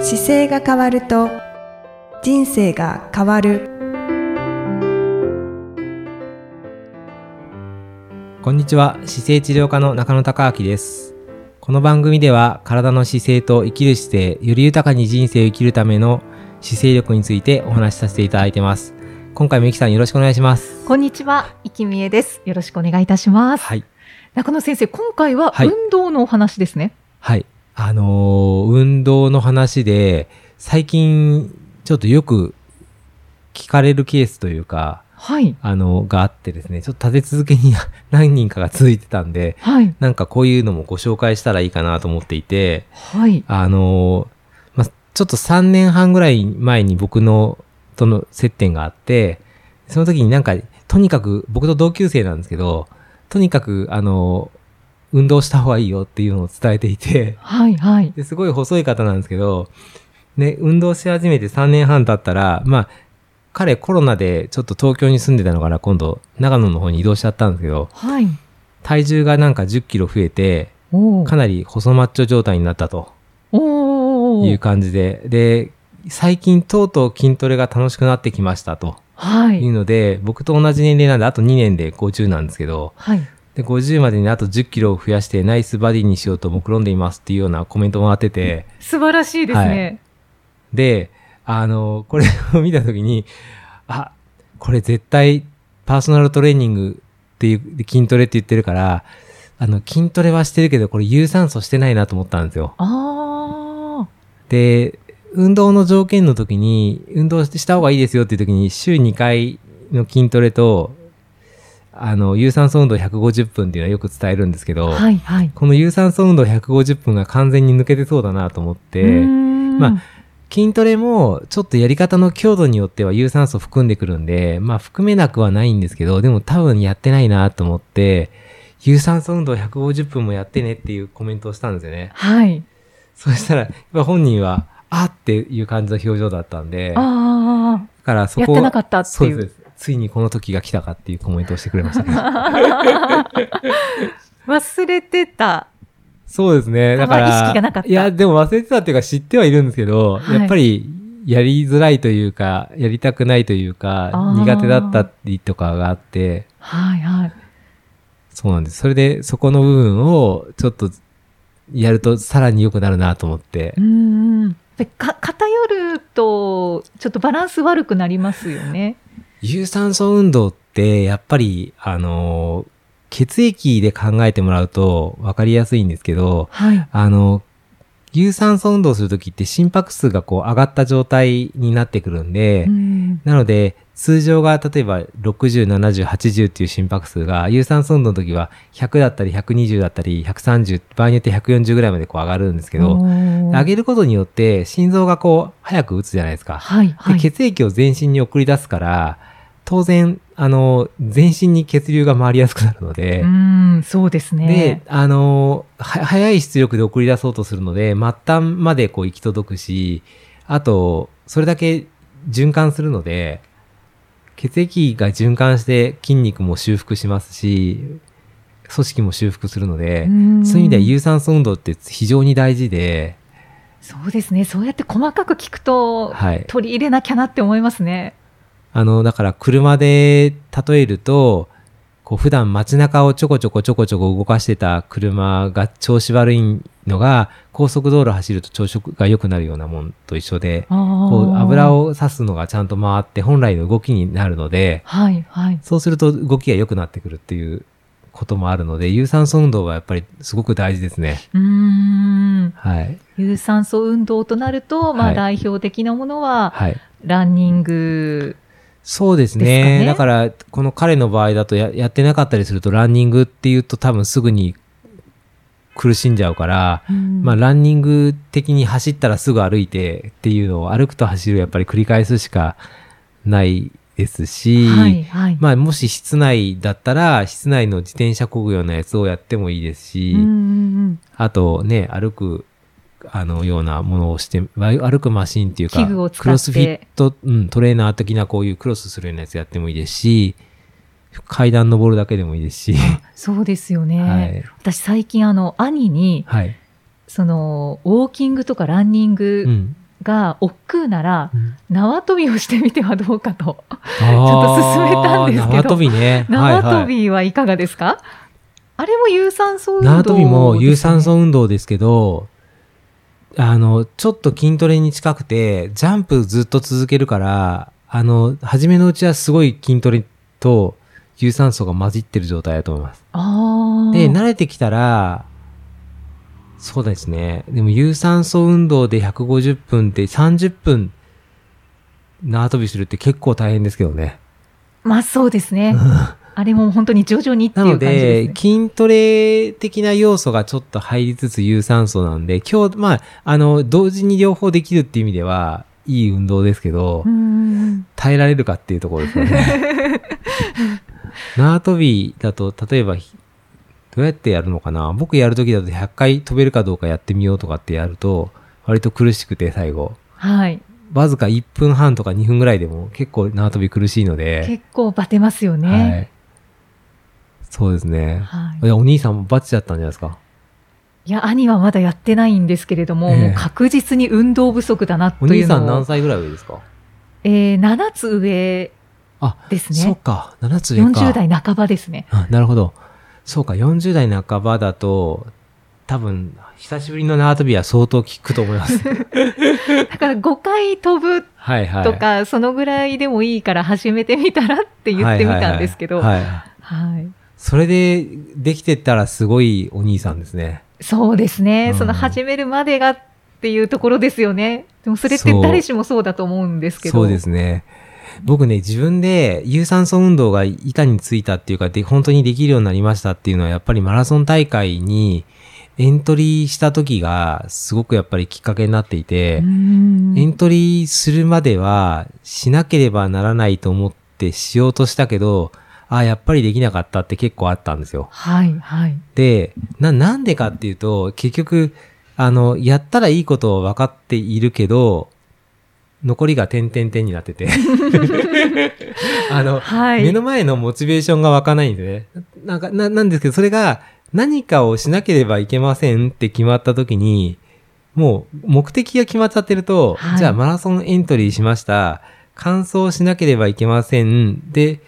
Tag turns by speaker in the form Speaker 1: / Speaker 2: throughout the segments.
Speaker 1: 姿勢が変わると人生が変わる
Speaker 2: こんにちは姿勢治療科の中野孝明ですこの番組では体の姿勢と生きる姿勢より豊かに人生を生きるための姿勢力についてお話しさせていただいてます今回もゆきさんよろしくお願いします
Speaker 3: こんにちは、生きみえです。よろしくお願いいたします。
Speaker 2: はい
Speaker 3: 中野先生、今回は
Speaker 2: はい
Speaker 3: 運動のお話ですね。
Speaker 2: はいあのー運動の話で最近ちょっとよく聞かれるケースというか
Speaker 3: はい。
Speaker 2: あのがあってですねちょっと立て続けに 何人かが続いてたんで
Speaker 3: はい。
Speaker 2: なんかこういうのもご紹介したらいいかなと思っていて、
Speaker 3: はい。
Speaker 2: あのーまあ、ちょっと3年半ぐらい前に僕の、との接点があって、その時になんか、とにかく、僕と同級生なんですけど、とにかく、あのー運動した方がいいよっていうのを伝えていて、
Speaker 3: はい。はい。
Speaker 2: ですごい細い方なんですけど、ね、運動し始めて3年半経ったら、まあ、彼コロナでちょっと東京に住んでたのから今度長野の方に移動しちゃったんですけど、
Speaker 3: はい。
Speaker 2: 体重がなんか10キロ増えて、
Speaker 3: お
Speaker 2: か
Speaker 3: ー
Speaker 2: なり細マッチョ状態になったと
Speaker 3: お
Speaker 2: いう
Speaker 3: ー。
Speaker 2: 感じで、で、最近とうとう筋トレが楽しくなってきましたと
Speaker 3: はいい。
Speaker 2: うので、僕と同じ年齢なんであと2年で50なんですけど、
Speaker 3: はい。
Speaker 2: で、50までにあと10キロを増やしてナイスバディにしようと目論んでいますっていうようなコメントもらってて、
Speaker 3: 素晴らしいですね。
Speaker 2: で、あの、これを見たときに、あ、これ絶対パーソナルトレーニングっていう、で筋トレって言ってるから、あの、筋トレはしてるけど、これ有酸素してないなと思ったんですよ。
Speaker 3: あ
Speaker 2: で、運動の条件の時に、運動した方がいいですよっていう時に、週2回の筋トレと、あの、有酸素運動150分っていうのはよく伝えるんですけ
Speaker 3: あ。
Speaker 2: ど、
Speaker 3: はい。はい。
Speaker 2: この有酸素運動150分が完全に抜けてそうだなと思っ
Speaker 3: うー
Speaker 2: て、
Speaker 3: ん
Speaker 2: ま筋トレもちょっとやり方の強度によっては有酸素含んでくるんで、まあ含めなくはないんですけど、でも多分やってないなと思って、有酸素運動150分もやってねっていうコメントをしたんですよね。
Speaker 3: はい。
Speaker 2: そしたら、やっぱ本人は、あーっていう感じの表情だったんで、だ
Speaker 3: あ
Speaker 2: からそ
Speaker 3: あ。やっ
Speaker 2: こ
Speaker 3: てなかったって
Speaker 2: そう
Speaker 3: い
Speaker 2: ですそう
Speaker 3: う。
Speaker 2: です。ついにこの時が来たかっていうコメントをしてくれましたけど。
Speaker 3: 忘れてた。
Speaker 2: そうですね。だから、
Speaker 3: あんま意識がなかった
Speaker 2: いや、でも忘れてたっていうか知ってはいるんですけど、
Speaker 3: はい
Speaker 2: やっぱりやりづらいというか、やりたくないというか、
Speaker 3: あー
Speaker 2: 苦手だったりとかがあって、
Speaker 3: はい。はい。
Speaker 2: そうなんです。それでそこの部分をちょっとやるとさらに良くなるなと思って
Speaker 3: う、ーん。でか偏ると、ちょっとバランス悪くなりますよね。
Speaker 2: 有酸素運動って、やっぱり、あのー、血液で考えてもらうと分かりやすいんですけど、
Speaker 3: はい。
Speaker 2: あの、有酸素運動するときって心拍数がこう上がった状態になってくるんで、
Speaker 3: うん
Speaker 2: なので、通常が例えば60、70、80っていう心拍数が、有酸素運動の時は100だったり120だったり130、場合によって140ぐらいまでこう上がるんですけど、上
Speaker 3: 上
Speaker 2: げることによって心臓がこう早く打つじゃないですか。
Speaker 3: はいは
Speaker 2: で
Speaker 3: い。
Speaker 2: 血液を全身に送り出すから、当然、あの、全身に血流が回りやすくなるので
Speaker 3: う、ーん、そうです
Speaker 2: で
Speaker 3: ね。、
Speaker 2: あの、は早い出力で送り出そうとするので、末端までこう行き届くし、あと、それだけ循環するので、血液が循環して筋肉も修復しますし、組織も修復するので、そういう意味では
Speaker 3: うーん
Speaker 2: 有酸素運動って非常に大事で、
Speaker 3: そうですね。そうやって細かく聞くと、
Speaker 2: はい。
Speaker 3: 取り入れなきゃなって思いますね。
Speaker 2: あの、だから車で例えると、こう普段街中をちょこちょこちょこちょこ動かしてた車が調子悪いのが、高速道路走ると調子が良くなるようなもんと一緒で、こ
Speaker 3: こ
Speaker 2: う油。を刺すのがちゃんと回って本来の動きになるので、
Speaker 3: はいはい。
Speaker 2: そうすると動きが良くなってくるっていうこともあるので、有酸素運動はやっぱりすごく大事ですね。
Speaker 3: うーん。
Speaker 2: はい。
Speaker 3: 有酸素運動となると、ま
Speaker 2: は
Speaker 3: あ
Speaker 2: い
Speaker 3: 代表的なものは、
Speaker 2: はい。
Speaker 3: ランニング。
Speaker 2: そうですね。
Speaker 3: ですかね
Speaker 2: だから、この彼の場合だとややってなかったりすると、ランニングっていうと多分すぐに苦しんじゃうから、まあ、ランニング的に走ったらすぐ歩いてっていうのを歩くと走るをやっぱり繰り返すしかないですし、
Speaker 3: はいはい。
Speaker 2: まあ、もし室内だったら、室内の自転車工業のやつをやってもいいですし、
Speaker 3: うんうんうん
Speaker 2: あとね、歩く、あの、ようなものをして、わ歩くマシンっていうか、
Speaker 3: 器具を使って
Speaker 2: クロスフィット、うん、トレーナー的なこういうクロスするようなやつやってもいいですし、階段登るだけでもいいですし、
Speaker 3: そうですよ
Speaker 2: は
Speaker 3: ね。
Speaker 2: い。
Speaker 3: 私最近あの、兄に、
Speaker 2: はい。
Speaker 3: その、ウォーキングとかランニング
Speaker 2: うん。
Speaker 3: が億劫なら
Speaker 2: うん
Speaker 3: 縄跳びをしてみてはどう かと
Speaker 2: ちょ
Speaker 3: っと進めたんですけど
Speaker 2: 縄跳びね。
Speaker 3: 縄
Speaker 2: はいは
Speaker 3: 跳
Speaker 2: い
Speaker 3: びはいかがですか、あれも有酸素運動
Speaker 2: 縄跳びも有酸
Speaker 3: 運
Speaker 2: 素運動ですけど、あの、ちょっと筋トレに近くて、ジャンプずっと続けるから、あの、初めのうちはすごい筋トレと有酸素が混じってる状態だと思います。
Speaker 3: あー
Speaker 2: で、慣れてきたら、そうですね。でも有酸素運動で150分って30分縄跳びするって結構大変ですけどね。
Speaker 3: まあそうですねあれも本当に徐々にってい
Speaker 2: なの
Speaker 3: う感じです
Speaker 2: で、
Speaker 3: ね
Speaker 2: 筋トレ的な要素がちょっと入りつつ有酸素なんで、今日、まあ、あの、同時に両方できるっていう意味では、いい運動ですけど
Speaker 3: う、ん
Speaker 2: 耐えられるかっていうところですよね。 縄跳びだと、例えば、ひどうやってやるのかな僕やるときだと100回飛べるかどうかやってみようとかってやると、割と苦しくて最後。
Speaker 3: はい
Speaker 2: わずか1分半とか2分ぐらいでも結構縄跳び苦しいので、
Speaker 3: 結構バテますよ
Speaker 2: は
Speaker 3: ね
Speaker 2: い。そうですね。
Speaker 3: はい、
Speaker 2: いや、お兄さんもバチだったんじゃないですか。
Speaker 3: いや兄はまだやってないんですけれども、
Speaker 2: ええ
Speaker 3: もう確実に運動不足だな
Speaker 2: お
Speaker 3: とい
Speaker 2: 兄
Speaker 3: う
Speaker 2: さん
Speaker 3: の
Speaker 2: 何
Speaker 3: を、
Speaker 2: 歳ぐらい上ですか
Speaker 3: えー、7つ上
Speaker 2: あ、
Speaker 3: です
Speaker 2: そう
Speaker 3: ね
Speaker 2: か、7つ上か。
Speaker 3: 40代半ばですね
Speaker 2: あ。なるほど。そうか、40代半ばだと、多分、久しぶりの縄跳びは相当効くと思い ます。
Speaker 3: だから5回飛ぶ
Speaker 2: はいはい。
Speaker 3: とか、そのぐらいでもいいから始めてみたらって言ってみたんですけど、
Speaker 2: はい
Speaker 3: はい
Speaker 2: はいはいはいそれで、できてったらすごいお兄さんですね。
Speaker 3: そうですね、
Speaker 2: うん
Speaker 3: その始めるまでがっていうところですよねでもそれって
Speaker 2: そう
Speaker 3: 誰しもそうだと思うんですけど
Speaker 2: そうですね。僕ね、自分で有酸素運動が板についたっていうか、で、本当にできるようになりましたっていうのは、やっぱりマラソン大会にエントリーした時が、すごくやっぱりきっかけになっていて、
Speaker 3: うん
Speaker 2: エントリーするまではしなければならないと思ってしようとしたけど、ああ、やっぱりできなかったって結構あったんですよ。
Speaker 3: はいはい
Speaker 2: で、な、なんでかっていうと、結局、あの、やったらいいことを分かっているけど、残りが点々点になってて。あの、
Speaker 3: はい
Speaker 2: 目の前のモチベーションが湧かないんでね。なんか、な、なんですけど、それが何かをしなければいけませんって決まった時に、もう目的が決まっちゃってると、
Speaker 3: はい
Speaker 2: じゃあマラソンエントリーしました。完走しなければいけません。で、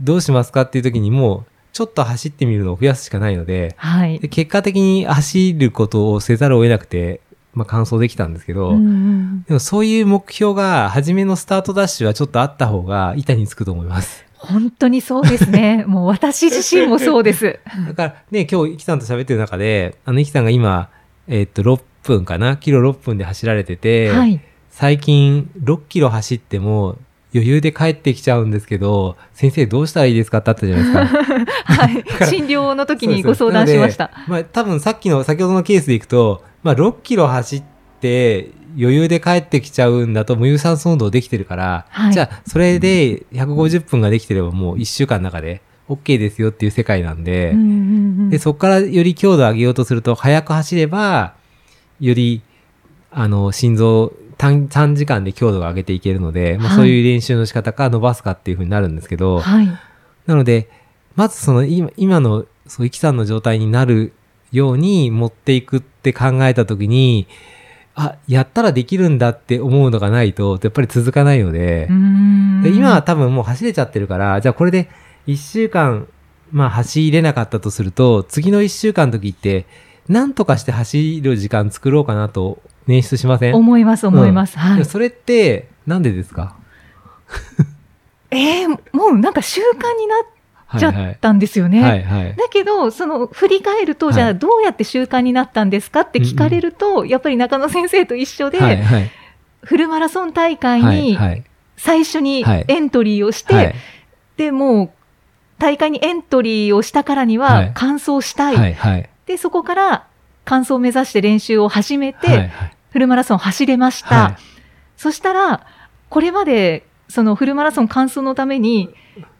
Speaker 2: どうしますかっていう時にもう、ちょっと走ってみるのを増やすしかないので、
Speaker 3: はい
Speaker 2: で結果的に走ることをせざるを得なくて、まあ完走できたんですけど、
Speaker 3: うんうん
Speaker 2: でもそういう目標が、初めのスタートダッシュはちょっとあった方が板につくと思います。
Speaker 3: 本当にそうです ねもう私自身もそうです
Speaker 2: だからね、今日、イキさんと喋ってる中で、あの、イキさんが今、えっと、6分かなキロ6分で走られてて、
Speaker 3: はい
Speaker 2: 最近6キロ走っても余裕で帰ってきちゃうんですけど、先生どうしたらいいですかってあったじゃない ですか。
Speaker 3: はい
Speaker 2: から、
Speaker 3: 診療の時に
Speaker 2: そう
Speaker 3: ご
Speaker 2: です
Speaker 3: 相談しました。。
Speaker 2: なのでまあ、多分さっきの、先ほどのケースでいくと、まあ、6キロ走って、余裕で帰ってきちゃうんだと、無有酸素運動できてるから、
Speaker 3: はい
Speaker 2: じゃあ、それで150分ができてればもう1週間の中で OK ですよっていう世界なんで、
Speaker 3: うんうんうん
Speaker 2: で、そこからより強度を上げようとすると、速く走れば、より、あの、心臓、短短時間で強度を上げていけるので、まあ、
Speaker 3: はい
Speaker 2: そういう練習の仕方か伸ばすかっていうふうになるんですけど、
Speaker 3: はい。
Speaker 2: なので、まずその今今の、そう、イキさんの状態になるように持っていくって考えたときに、あ、やったらできるんだって思うのがないと、やっぱり続かないので、で今は
Speaker 3: 今、
Speaker 2: 多分もう走れちゃってるから、じゃあこれで1週間、まあ走れなかったとすると、次の1週間の時って、なんとかして走る時間作ろうかなと捻出しません、
Speaker 3: 思います、思います。は
Speaker 2: でも
Speaker 3: い。
Speaker 2: それって、なんでですか
Speaker 3: えーもうなんか習慣になっ
Speaker 2: はい
Speaker 3: ちゃ
Speaker 2: は
Speaker 3: っ
Speaker 2: い。
Speaker 3: たんですよ
Speaker 2: は
Speaker 3: ね。
Speaker 2: いはい。
Speaker 3: だけど、その、振り返ると、
Speaker 2: はい
Speaker 3: じゃあどうやって習慣になったんですかって聞かれると、やっぱり中野先生と一緒
Speaker 2: はい
Speaker 3: で、
Speaker 2: はい。
Speaker 3: フルマラソン大会
Speaker 2: はい
Speaker 3: に
Speaker 2: はい。
Speaker 3: 最初に
Speaker 2: はい
Speaker 3: エントリーをし
Speaker 2: は
Speaker 3: て
Speaker 2: い、
Speaker 3: で、もう、大会にエントリーをしたからに
Speaker 2: は、
Speaker 3: はい完走した。
Speaker 2: はいいはい。
Speaker 3: で、そこから、完走を目指して練習を始めて、
Speaker 2: はいはい
Speaker 3: フルマラソン走れました。
Speaker 2: は
Speaker 3: そしたら、これまで、そのフルマラソン完走のために、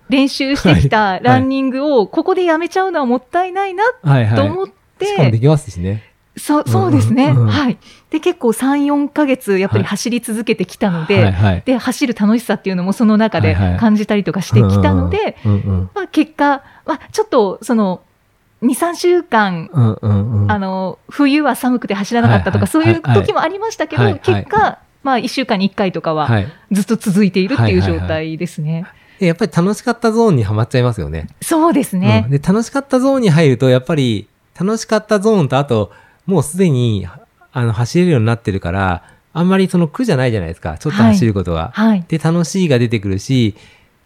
Speaker 3: 練習してきたランニングを、ここでやめちゃうのはもったいないない
Speaker 2: はいはい。
Speaker 3: と思って、
Speaker 2: しかもできますしね。
Speaker 3: そそうですね、
Speaker 2: うんうんうん
Speaker 3: はい。で、結構3、4ヶ月、やっぱり走り続けてきたので、
Speaker 2: はいはい。
Speaker 3: で、走る楽しさっていうのもその中で
Speaker 2: はいはい
Speaker 3: 感じたりとかしてきたので、
Speaker 2: うんうん
Speaker 3: まあ結果、まあちょっと、その、2、3週間
Speaker 2: うんうんうんうん。
Speaker 3: あの冬は寒くて走らなかった
Speaker 2: は
Speaker 3: とか、
Speaker 2: いはい
Speaker 3: そういう時もありましたけど、
Speaker 2: はいはい
Speaker 3: 結果、まあ、1週間に1回とかは
Speaker 2: はい。
Speaker 3: ずっと続いているって
Speaker 2: はいいうはいはい
Speaker 3: 状態ですね。
Speaker 2: でやっぱり楽しかったゾーンにはまっちゃいますよね。
Speaker 3: そうですね
Speaker 2: うん、。で楽しかったゾーンに入るとやっぱり楽しかったゾーンとあともうすでにあの走れるようになってるからあんまりその苦じゃないじゃないですかちょっと
Speaker 3: はい
Speaker 2: 走ることが。
Speaker 3: はい。
Speaker 2: で楽しいが出てくるし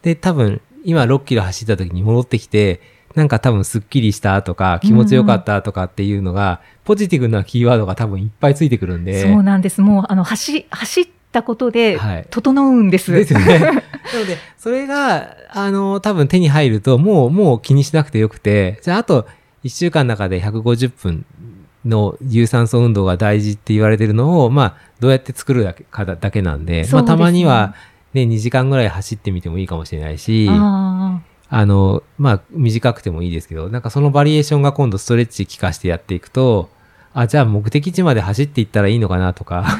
Speaker 2: で多分今6キロ走った時に戻ってきてなんか多分すっきりしたとか気持ちよかったとかっていうのが、ポジティブなキーワードが多分いっぱいついてくるんで。
Speaker 3: そうなんです。もう、あの、走、走ったことで
Speaker 2: はい、
Speaker 3: 整うんです。
Speaker 2: ですよ ね。な ので、それが、あの、多分手に入ると、もう、もう気にしなくてよくて、じゃあ、あと、1週間の中で150分の有酸素運動が大事って言われてるのを、まあ、どうやって作るだけかだだけなんで、
Speaker 3: そ
Speaker 2: ま
Speaker 3: う
Speaker 2: あ、
Speaker 3: です
Speaker 2: た
Speaker 3: ね
Speaker 2: まには、ね、2時間ぐらい走ってみてもいいかもしれないし、あ
Speaker 3: あ
Speaker 2: の、まあ、短くてもいいですけど、なんかそのバリエーションが今度ストレッチ効かしてやっていくと、あ、じゃあ目的地まで走っていったらいいのかなと か、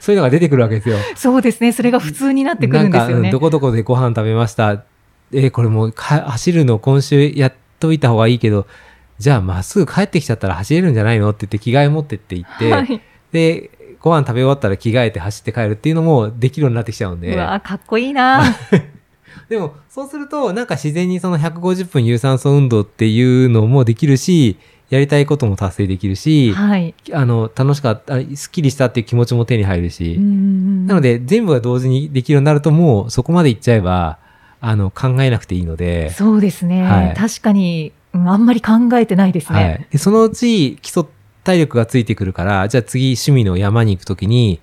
Speaker 2: そういうのが出てくるわけですよ。
Speaker 3: あ、そうですね。それが普通になってくるんですよ
Speaker 2: なんか、うん
Speaker 3: ね
Speaker 2: ど。こどこでご飯食べました。えーこれもうか走るの今週やっといた方がいいけど、じゃあまっすぐ帰ってきちゃったら走れるんじゃないのって言って着替え持ってって言って、
Speaker 3: はい。
Speaker 2: で、ご飯食べ終わったら着替えて走って帰るっていうのもできるようになってきちゃうんで
Speaker 3: う。わかっこいいな。
Speaker 2: でも、そうすると、なんか自然にその150分有酸素運動っていうのもできるし、やりたいことも達成できるし、
Speaker 3: はい。
Speaker 2: あの、楽しかった、あスッキリしたっていう気持ちも手に入るし、な
Speaker 3: な
Speaker 2: の、で全部が同時にできるようになるともうそこまでいっちゃえばあの考えなくていいので
Speaker 3: そうですね。
Speaker 2: はい
Speaker 3: 確かに、うんあんまり考えてないです
Speaker 2: は
Speaker 3: ね。
Speaker 2: い、でそのうち基礎体力がついてくるからじゃあ次趣味の山に行く時に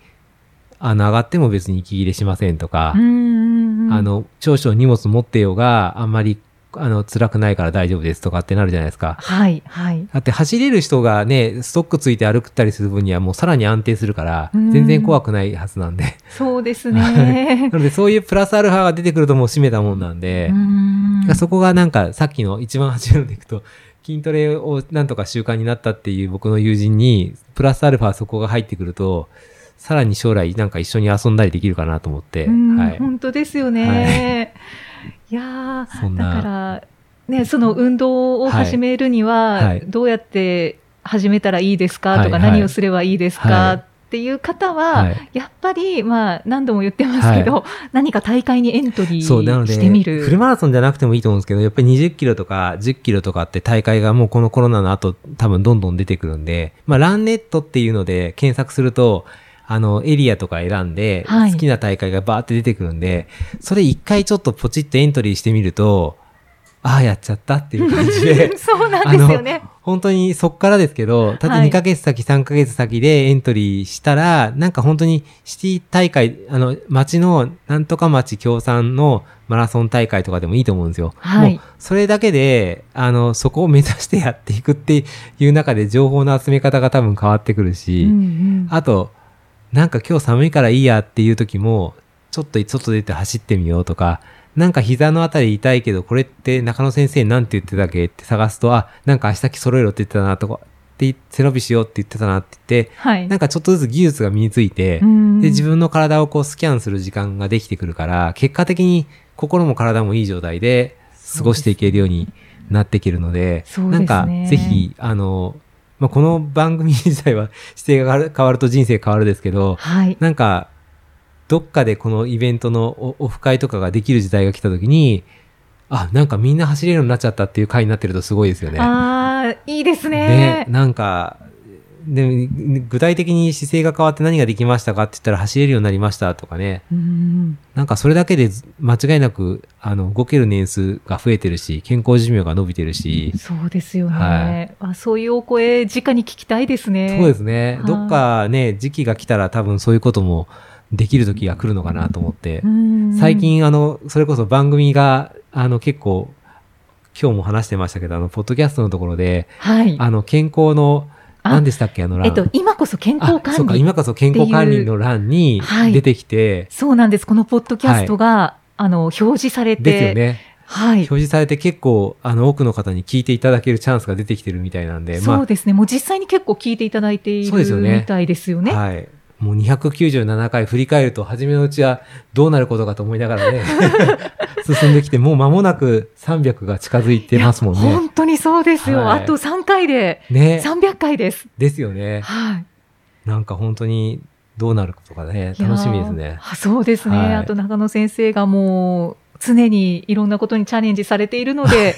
Speaker 2: あの上がっても別に息切れしませんとか
Speaker 3: う、んうん
Speaker 2: あの長所荷物持ってようがあんまりあの辛くないから大丈夫ですとかってなるじゃないですか。
Speaker 3: はい、はい。
Speaker 2: だって走れる人がねストックついて歩くったりする分にはもうさらに安定するから
Speaker 3: うん
Speaker 2: 全然怖くないはずなんで
Speaker 3: そうですね。
Speaker 2: なのでそういうプラスアルファが出てくるともう締めたもんなんで、
Speaker 3: うん
Speaker 2: そこがなんかさっきの一番初めでいくと 筋トレをなんとか習慣になったっていう僕の友人にプラスアルファそこが入ってくるとさらに将来なんか一緒に遊んだりできるかなと思って、
Speaker 3: うん
Speaker 2: はい、
Speaker 3: 本当ですよね。い、や
Speaker 2: そん
Speaker 3: ー、だ
Speaker 2: な
Speaker 3: から、ね、その運動を
Speaker 2: はい
Speaker 3: 始めるに
Speaker 2: は
Speaker 3: は、
Speaker 2: い
Speaker 3: どうやって始めたらいいですかとか、
Speaker 2: はいはい
Speaker 3: 何をすればいいです
Speaker 2: はい
Speaker 3: かっていう方は、
Speaker 2: はい
Speaker 3: やっぱり、まあ、何度も言ってますけど、何か大会にエントリ
Speaker 2: そうなの
Speaker 3: ー
Speaker 2: で
Speaker 3: してみる。
Speaker 2: フルマラソンじゃなくてもいいと思うんですけどやっぱり20キロとか10キロとかって大会がもうこのコロナの後多分どんどん出てくるんで、まあ、ランネットっていうので検索するとあのエリアとか選んで
Speaker 3: はい
Speaker 2: 好きな大会がバーって出てくるんで、それ一回ちょっとポチッとエントリーしてみるとああやっちゃったっていう感じで
Speaker 3: そうなんですよね。
Speaker 2: 本当にそっからですけど、たと
Speaker 3: はい
Speaker 2: 2ヶ月先、3ヶ月先でエントリーしたら、なんか本当にシティ大会、あの、町の、なんとか町協賛のマラソン大会とかでもいいと思うんですよ。
Speaker 3: はい
Speaker 2: もうそれだけで、あの、そこを目指してやっていくっていう中で情報の集め方が多分変わってくるし、
Speaker 3: うんうん
Speaker 2: あと、なんか今日寒いからいいやっていう時も、ちょっと外出て走ってみようとか、なんか膝のあたり痛いけど、これって中野先生なんて言ってたっけって探すと、あ、なんか足先揃えろって言ってたなとか、って背伸びしようって言ってたなって言って、
Speaker 3: はい
Speaker 2: なんかちょっとずつ技術が身について、
Speaker 3: うん
Speaker 2: で、自分の体をこうスキャンする時間ができてくるから、結果的に心も体もいい状態で過ごしていけるようになっていけるので、
Speaker 3: そう
Speaker 2: な
Speaker 3: です
Speaker 2: ん
Speaker 3: ね
Speaker 2: かぜひ、あの、まあ、この番組自体は 姿勢が変わる変わると人生変わるですけど、
Speaker 3: はい。
Speaker 2: なんか、どっかでこのイベントのおオフ会とかができる時代が来た時に、あ、なんかみんな走れるようになっちゃったっていう回になってるとすごいですよね。
Speaker 3: ああ、いいです
Speaker 2: ね
Speaker 3: ね。
Speaker 2: なんか、で具体的に姿勢が変わって何ができましたかって言ったら走れるようになりましたとかね。
Speaker 3: うん
Speaker 2: なんかそれだけでず間違いなく、あの、動ける年数が増えてるし、健康寿命が伸びてるし、
Speaker 3: そうですよ
Speaker 2: は
Speaker 3: ね。あそういうお声、直に聞きたいですね。
Speaker 2: そうですね。
Speaker 3: はい
Speaker 2: どっかね、時期が来たら多分そういうこともできる時が来るのかなと思って
Speaker 3: う、ん
Speaker 2: 最、近あの、それこそ番組が、あの、結構、今日も話してましたけど、あの、ポッドキャストのところで、
Speaker 3: はい。
Speaker 2: あの、健康の、
Speaker 3: あ
Speaker 2: 何でしたっけあの欄、
Speaker 3: えっと、今こそ健
Speaker 2: あ
Speaker 3: 康
Speaker 2: そう
Speaker 3: 管
Speaker 2: か、
Speaker 3: 理。
Speaker 2: 今こそ健康管理の欄に
Speaker 3: はい
Speaker 2: 出てきて、
Speaker 3: そうなんです。このポッドキャストが、あの、表示されて。
Speaker 2: ですよね。
Speaker 3: はい
Speaker 2: 表。示されて結構、あの、多くの方に聞いていただけるチャンスが出てきてるみたいなんで、
Speaker 3: そうですね。もう実際に結構聞いていただいてい
Speaker 2: そうですよ
Speaker 3: る
Speaker 2: ね
Speaker 3: みたいですよね。
Speaker 2: はい。もう297回振り返ると、初めのうちはどうなることかと思いなが らね、進んできて、もう間もなく300が近づいてますもんね。
Speaker 3: 本当にそうですよ。
Speaker 2: はい
Speaker 3: あと3回で、
Speaker 2: ね。
Speaker 3: 300回です。
Speaker 2: ですよね。
Speaker 3: はい。
Speaker 2: なんか本当に、どうなることかね、
Speaker 3: いやー
Speaker 2: 楽しみですね。
Speaker 3: あそうですね、
Speaker 2: はい
Speaker 3: あと中野先生がもう常にいろんなことにチャレンジされている ので、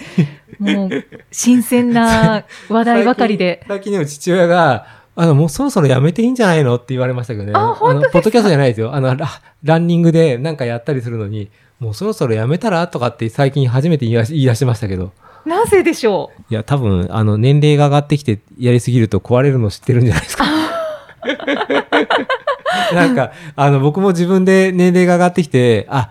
Speaker 3: もう新鮮な話題ばかりで。
Speaker 2: 最近。最近でも父親が、あの、もうそろそろやめていいんじゃないのって言われましたけどね。
Speaker 3: あ本当ですか
Speaker 2: のポッドキャストじゃないですよ。あの、ラランニングでなんかやったりするのに、もうそろそろやめたらとかって最近初めて言い出し言い出しましたけど。
Speaker 3: なぜでしょう
Speaker 2: いや、多分、あの、年齢が上がってきてやりすぎると壊れるの知ってるんじゃない ですか。なんか、あの、僕も自分で年齢が上がってきて、あ、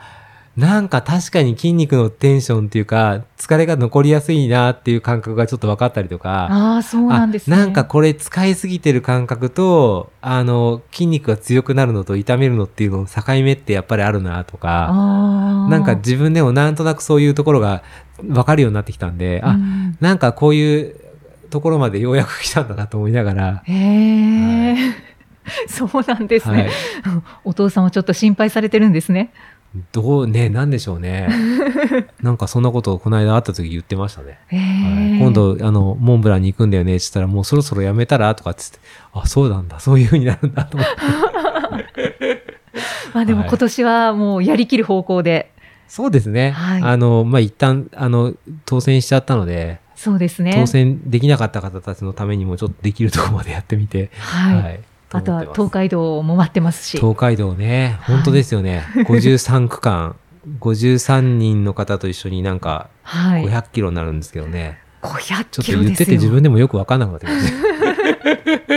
Speaker 2: なんか確かに筋肉のテンションっていうか、疲れが残りやすいなっていう感覚がちょっと分かったりとか、
Speaker 3: ああ、そうなんですね。
Speaker 2: あなんかこれ使いすぎてる感覚と、あの、筋肉が強くなるのと痛めるのっていうのの境目ってやっぱりあるなとか、
Speaker 3: あー
Speaker 2: なんか自分でもなんとなくそういうところが分かるようになってきたんで、
Speaker 3: う
Speaker 2: あ、
Speaker 3: ん
Speaker 2: なんかこういうところまでようやく来たんだなと思いながら、
Speaker 3: へえ、 そうなんです
Speaker 2: はい
Speaker 3: ね、、お父さんはちょっと心配されてるんですね。
Speaker 2: どうね、なんでしょう ね。なんかそんなことをこの間会った時言ってましたね。
Speaker 3: へ
Speaker 2: はい
Speaker 3: え
Speaker 2: 今度、あの、モンブランに行くんだよねって言ったら、もうそろそろやめたらとかってって、あ、そうなんだ、そういう風になるんだと思って。
Speaker 3: まあでも
Speaker 2: はい
Speaker 3: 今年はもうやりきる方向で、
Speaker 2: そうですね。
Speaker 3: はい
Speaker 2: あの、まあ、一旦、あの、当選しちゃったので、
Speaker 3: そうですね。
Speaker 2: 当選できなかった方たちのためにもちょっとできるところまでやってみて、
Speaker 3: はい。
Speaker 2: い
Speaker 3: あとは
Speaker 2: 思ってます
Speaker 3: 東海道も待ってますし。
Speaker 2: 東海道ね、本当ですよね。53区間、53人の方と一緒になんか
Speaker 3: はい。
Speaker 2: 500キロになるんですけどね。ちょ
Speaker 3: 500
Speaker 2: っと
Speaker 3: キロ
Speaker 2: 言
Speaker 3: で
Speaker 2: っ
Speaker 3: す
Speaker 2: て
Speaker 3: よ
Speaker 2: て自分でもよくわかんなくなってきました。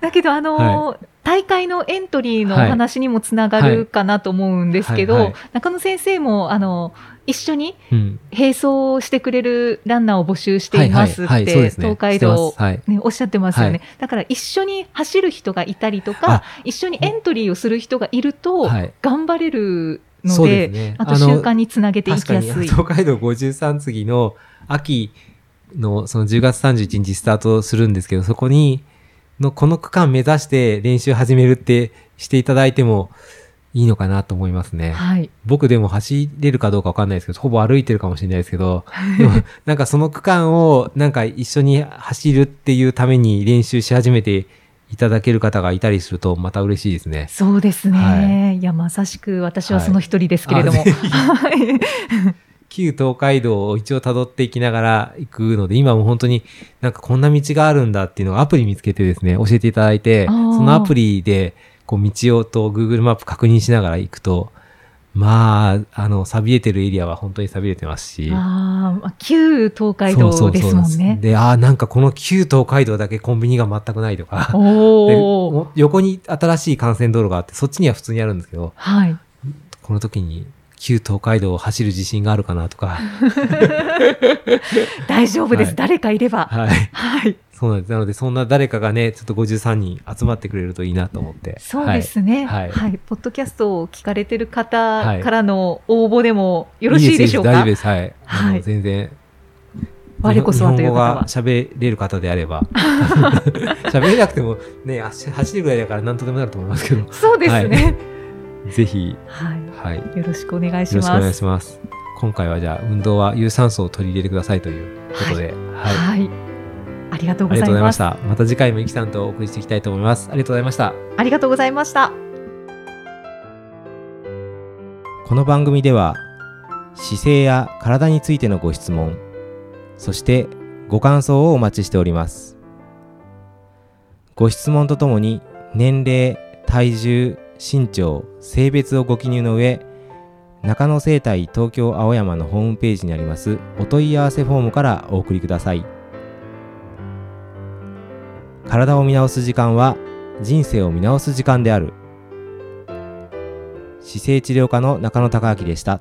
Speaker 3: だけど、あのー大会のエントリーのお
Speaker 2: はい
Speaker 3: 話にもつなが
Speaker 2: は
Speaker 3: る
Speaker 2: い
Speaker 3: かなと思うんですけど、
Speaker 2: はいはい
Speaker 3: 中野先生も、あの一緒に
Speaker 2: うん。
Speaker 3: 並走してくれるランナーを募集していますって、東海
Speaker 2: して
Speaker 3: 道
Speaker 2: ます、はい。
Speaker 3: ね、おっしゃってますよね、
Speaker 2: は
Speaker 3: だから一緒に走る人がいたりとか
Speaker 2: あ、
Speaker 3: 一緒にエントリーをする人がいると
Speaker 2: はい、
Speaker 3: 頑張れるの
Speaker 2: そう
Speaker 3: で、
Speaker 2: ですね。
Speaker 3: あと習慣につなげてい
Speaker 2: 確
Speaker 3: き
Speaker 2: か
Speaker 3: や
Speaker 2: に
Speaker 3: すい。
Speaker 2: 東海道53次の秋のその10月31日スタートするんですけど、そこに、のこの区間目指して練習始めるってしていただいてもいいのかなと思いますね。
Speaker 3: はい、
Speaker 2: 僕でも走れるかどうかわかんないですけど、ほぼ歩いてるかもしれないですけど、でもなんかその区間をなんか一緒に走るっていうために練習し始めていただける方がいたりするとまた嬉しいですね。
Speaker 3: そうですね、、
Speaker 2: はい
Speaker 3: や、まさしく私はその一人ですけれども。
Speaker 2: はい
Speaker 3: はい
Speaker 2: 旧東海道を一応辿っていきながら行くので、今も本当になんかこんな道があるんだっていうのをアプリ見つけてですね、教えていただいて、
Speaker 3: あ
Speaker 2: そ
Speaker 3: ー
Speaker 2: のアプリでこう道をと Google マップ確認しながら行くと、まあ、あの、錆びれてるエリアは本当に錆びれてますし。
Speaker 3: あーまあ、旧東海道ですもんね。
Speaker 2: で、ああ、なんかこの旧東海道だけコンビニが全くないとか、で
Speaker 3: おお、
Speaker 2: も横に新しい幹線道路があって、そっちには普通にあるんですけど、
Speaker 3: はい。
Speaker 2: この時に旧東海道を走る自信があるかなとか、
Speaker 3: 大丈夫です。
Speaker 2: はい
Speaker 3: 誰かいれば。
Speaker 2: はい。
Speaker 3: はい。
Speaker 2: そうなんです。なので、そんな誰かがね、ちょっと53人集まってくれるといいなと思って。
Speaker 3: そうですね。
Speaker 2: は
Speaker 3: はいい。
Speaker 2: は
Speaker 3: ポッドキャストを聞かれてる
Speaker 2: は
Speaker 3: 方
Speaker 2: い
Speaker 3: からの応募でもよろしいでしょうか。
Speaker 2: いいです大丈夫です。はい。あの
Speaker 3: はい
Speaker 2: 全然。
Speaker 3: 我こそはという方は
Speaker 2: 日本語が喋れる方であれ ば。喋れなくても、ね、走走るぐらいだから何とでもなると思いますけど、
Speaker 3: そうですね。
Speaker 2: ぜひ、
Speaker 3: はい、
Speaker 2: はい。
Speaker 3: よろしくお願いし
Speaker 2: よろしくお
Speaker 3: ま
Speaker 2: 願い
Speaker 3: す。
Speaker 2: します。今回はじゃあ運動は有酸素を取り入れてくださいということで、はい、あ
Speaker 3: はい。ありがとうご
Speaker 2: り
Speaker 3: ざ
Speaker 2: がと
Speaker 3: い
Speaker 2: うござい
Speaker 3: ま
Speaker 2: ますし。た。また次回もイキさんとお送りしていきたいと思います。ありがとうございました。
Speaker 3: ありがとうございました。
Speaker 4: この番組では姿勢や体についてのご質問そしてご感想をお待ちしておりますご質問とともに年齢体重身長性別をご記入の上中野生態東京青山のホームページにありますお問い合わせフォームからお送りください体を見直す時間は人生を見直す時間である姿勢治療科の中野孝明でした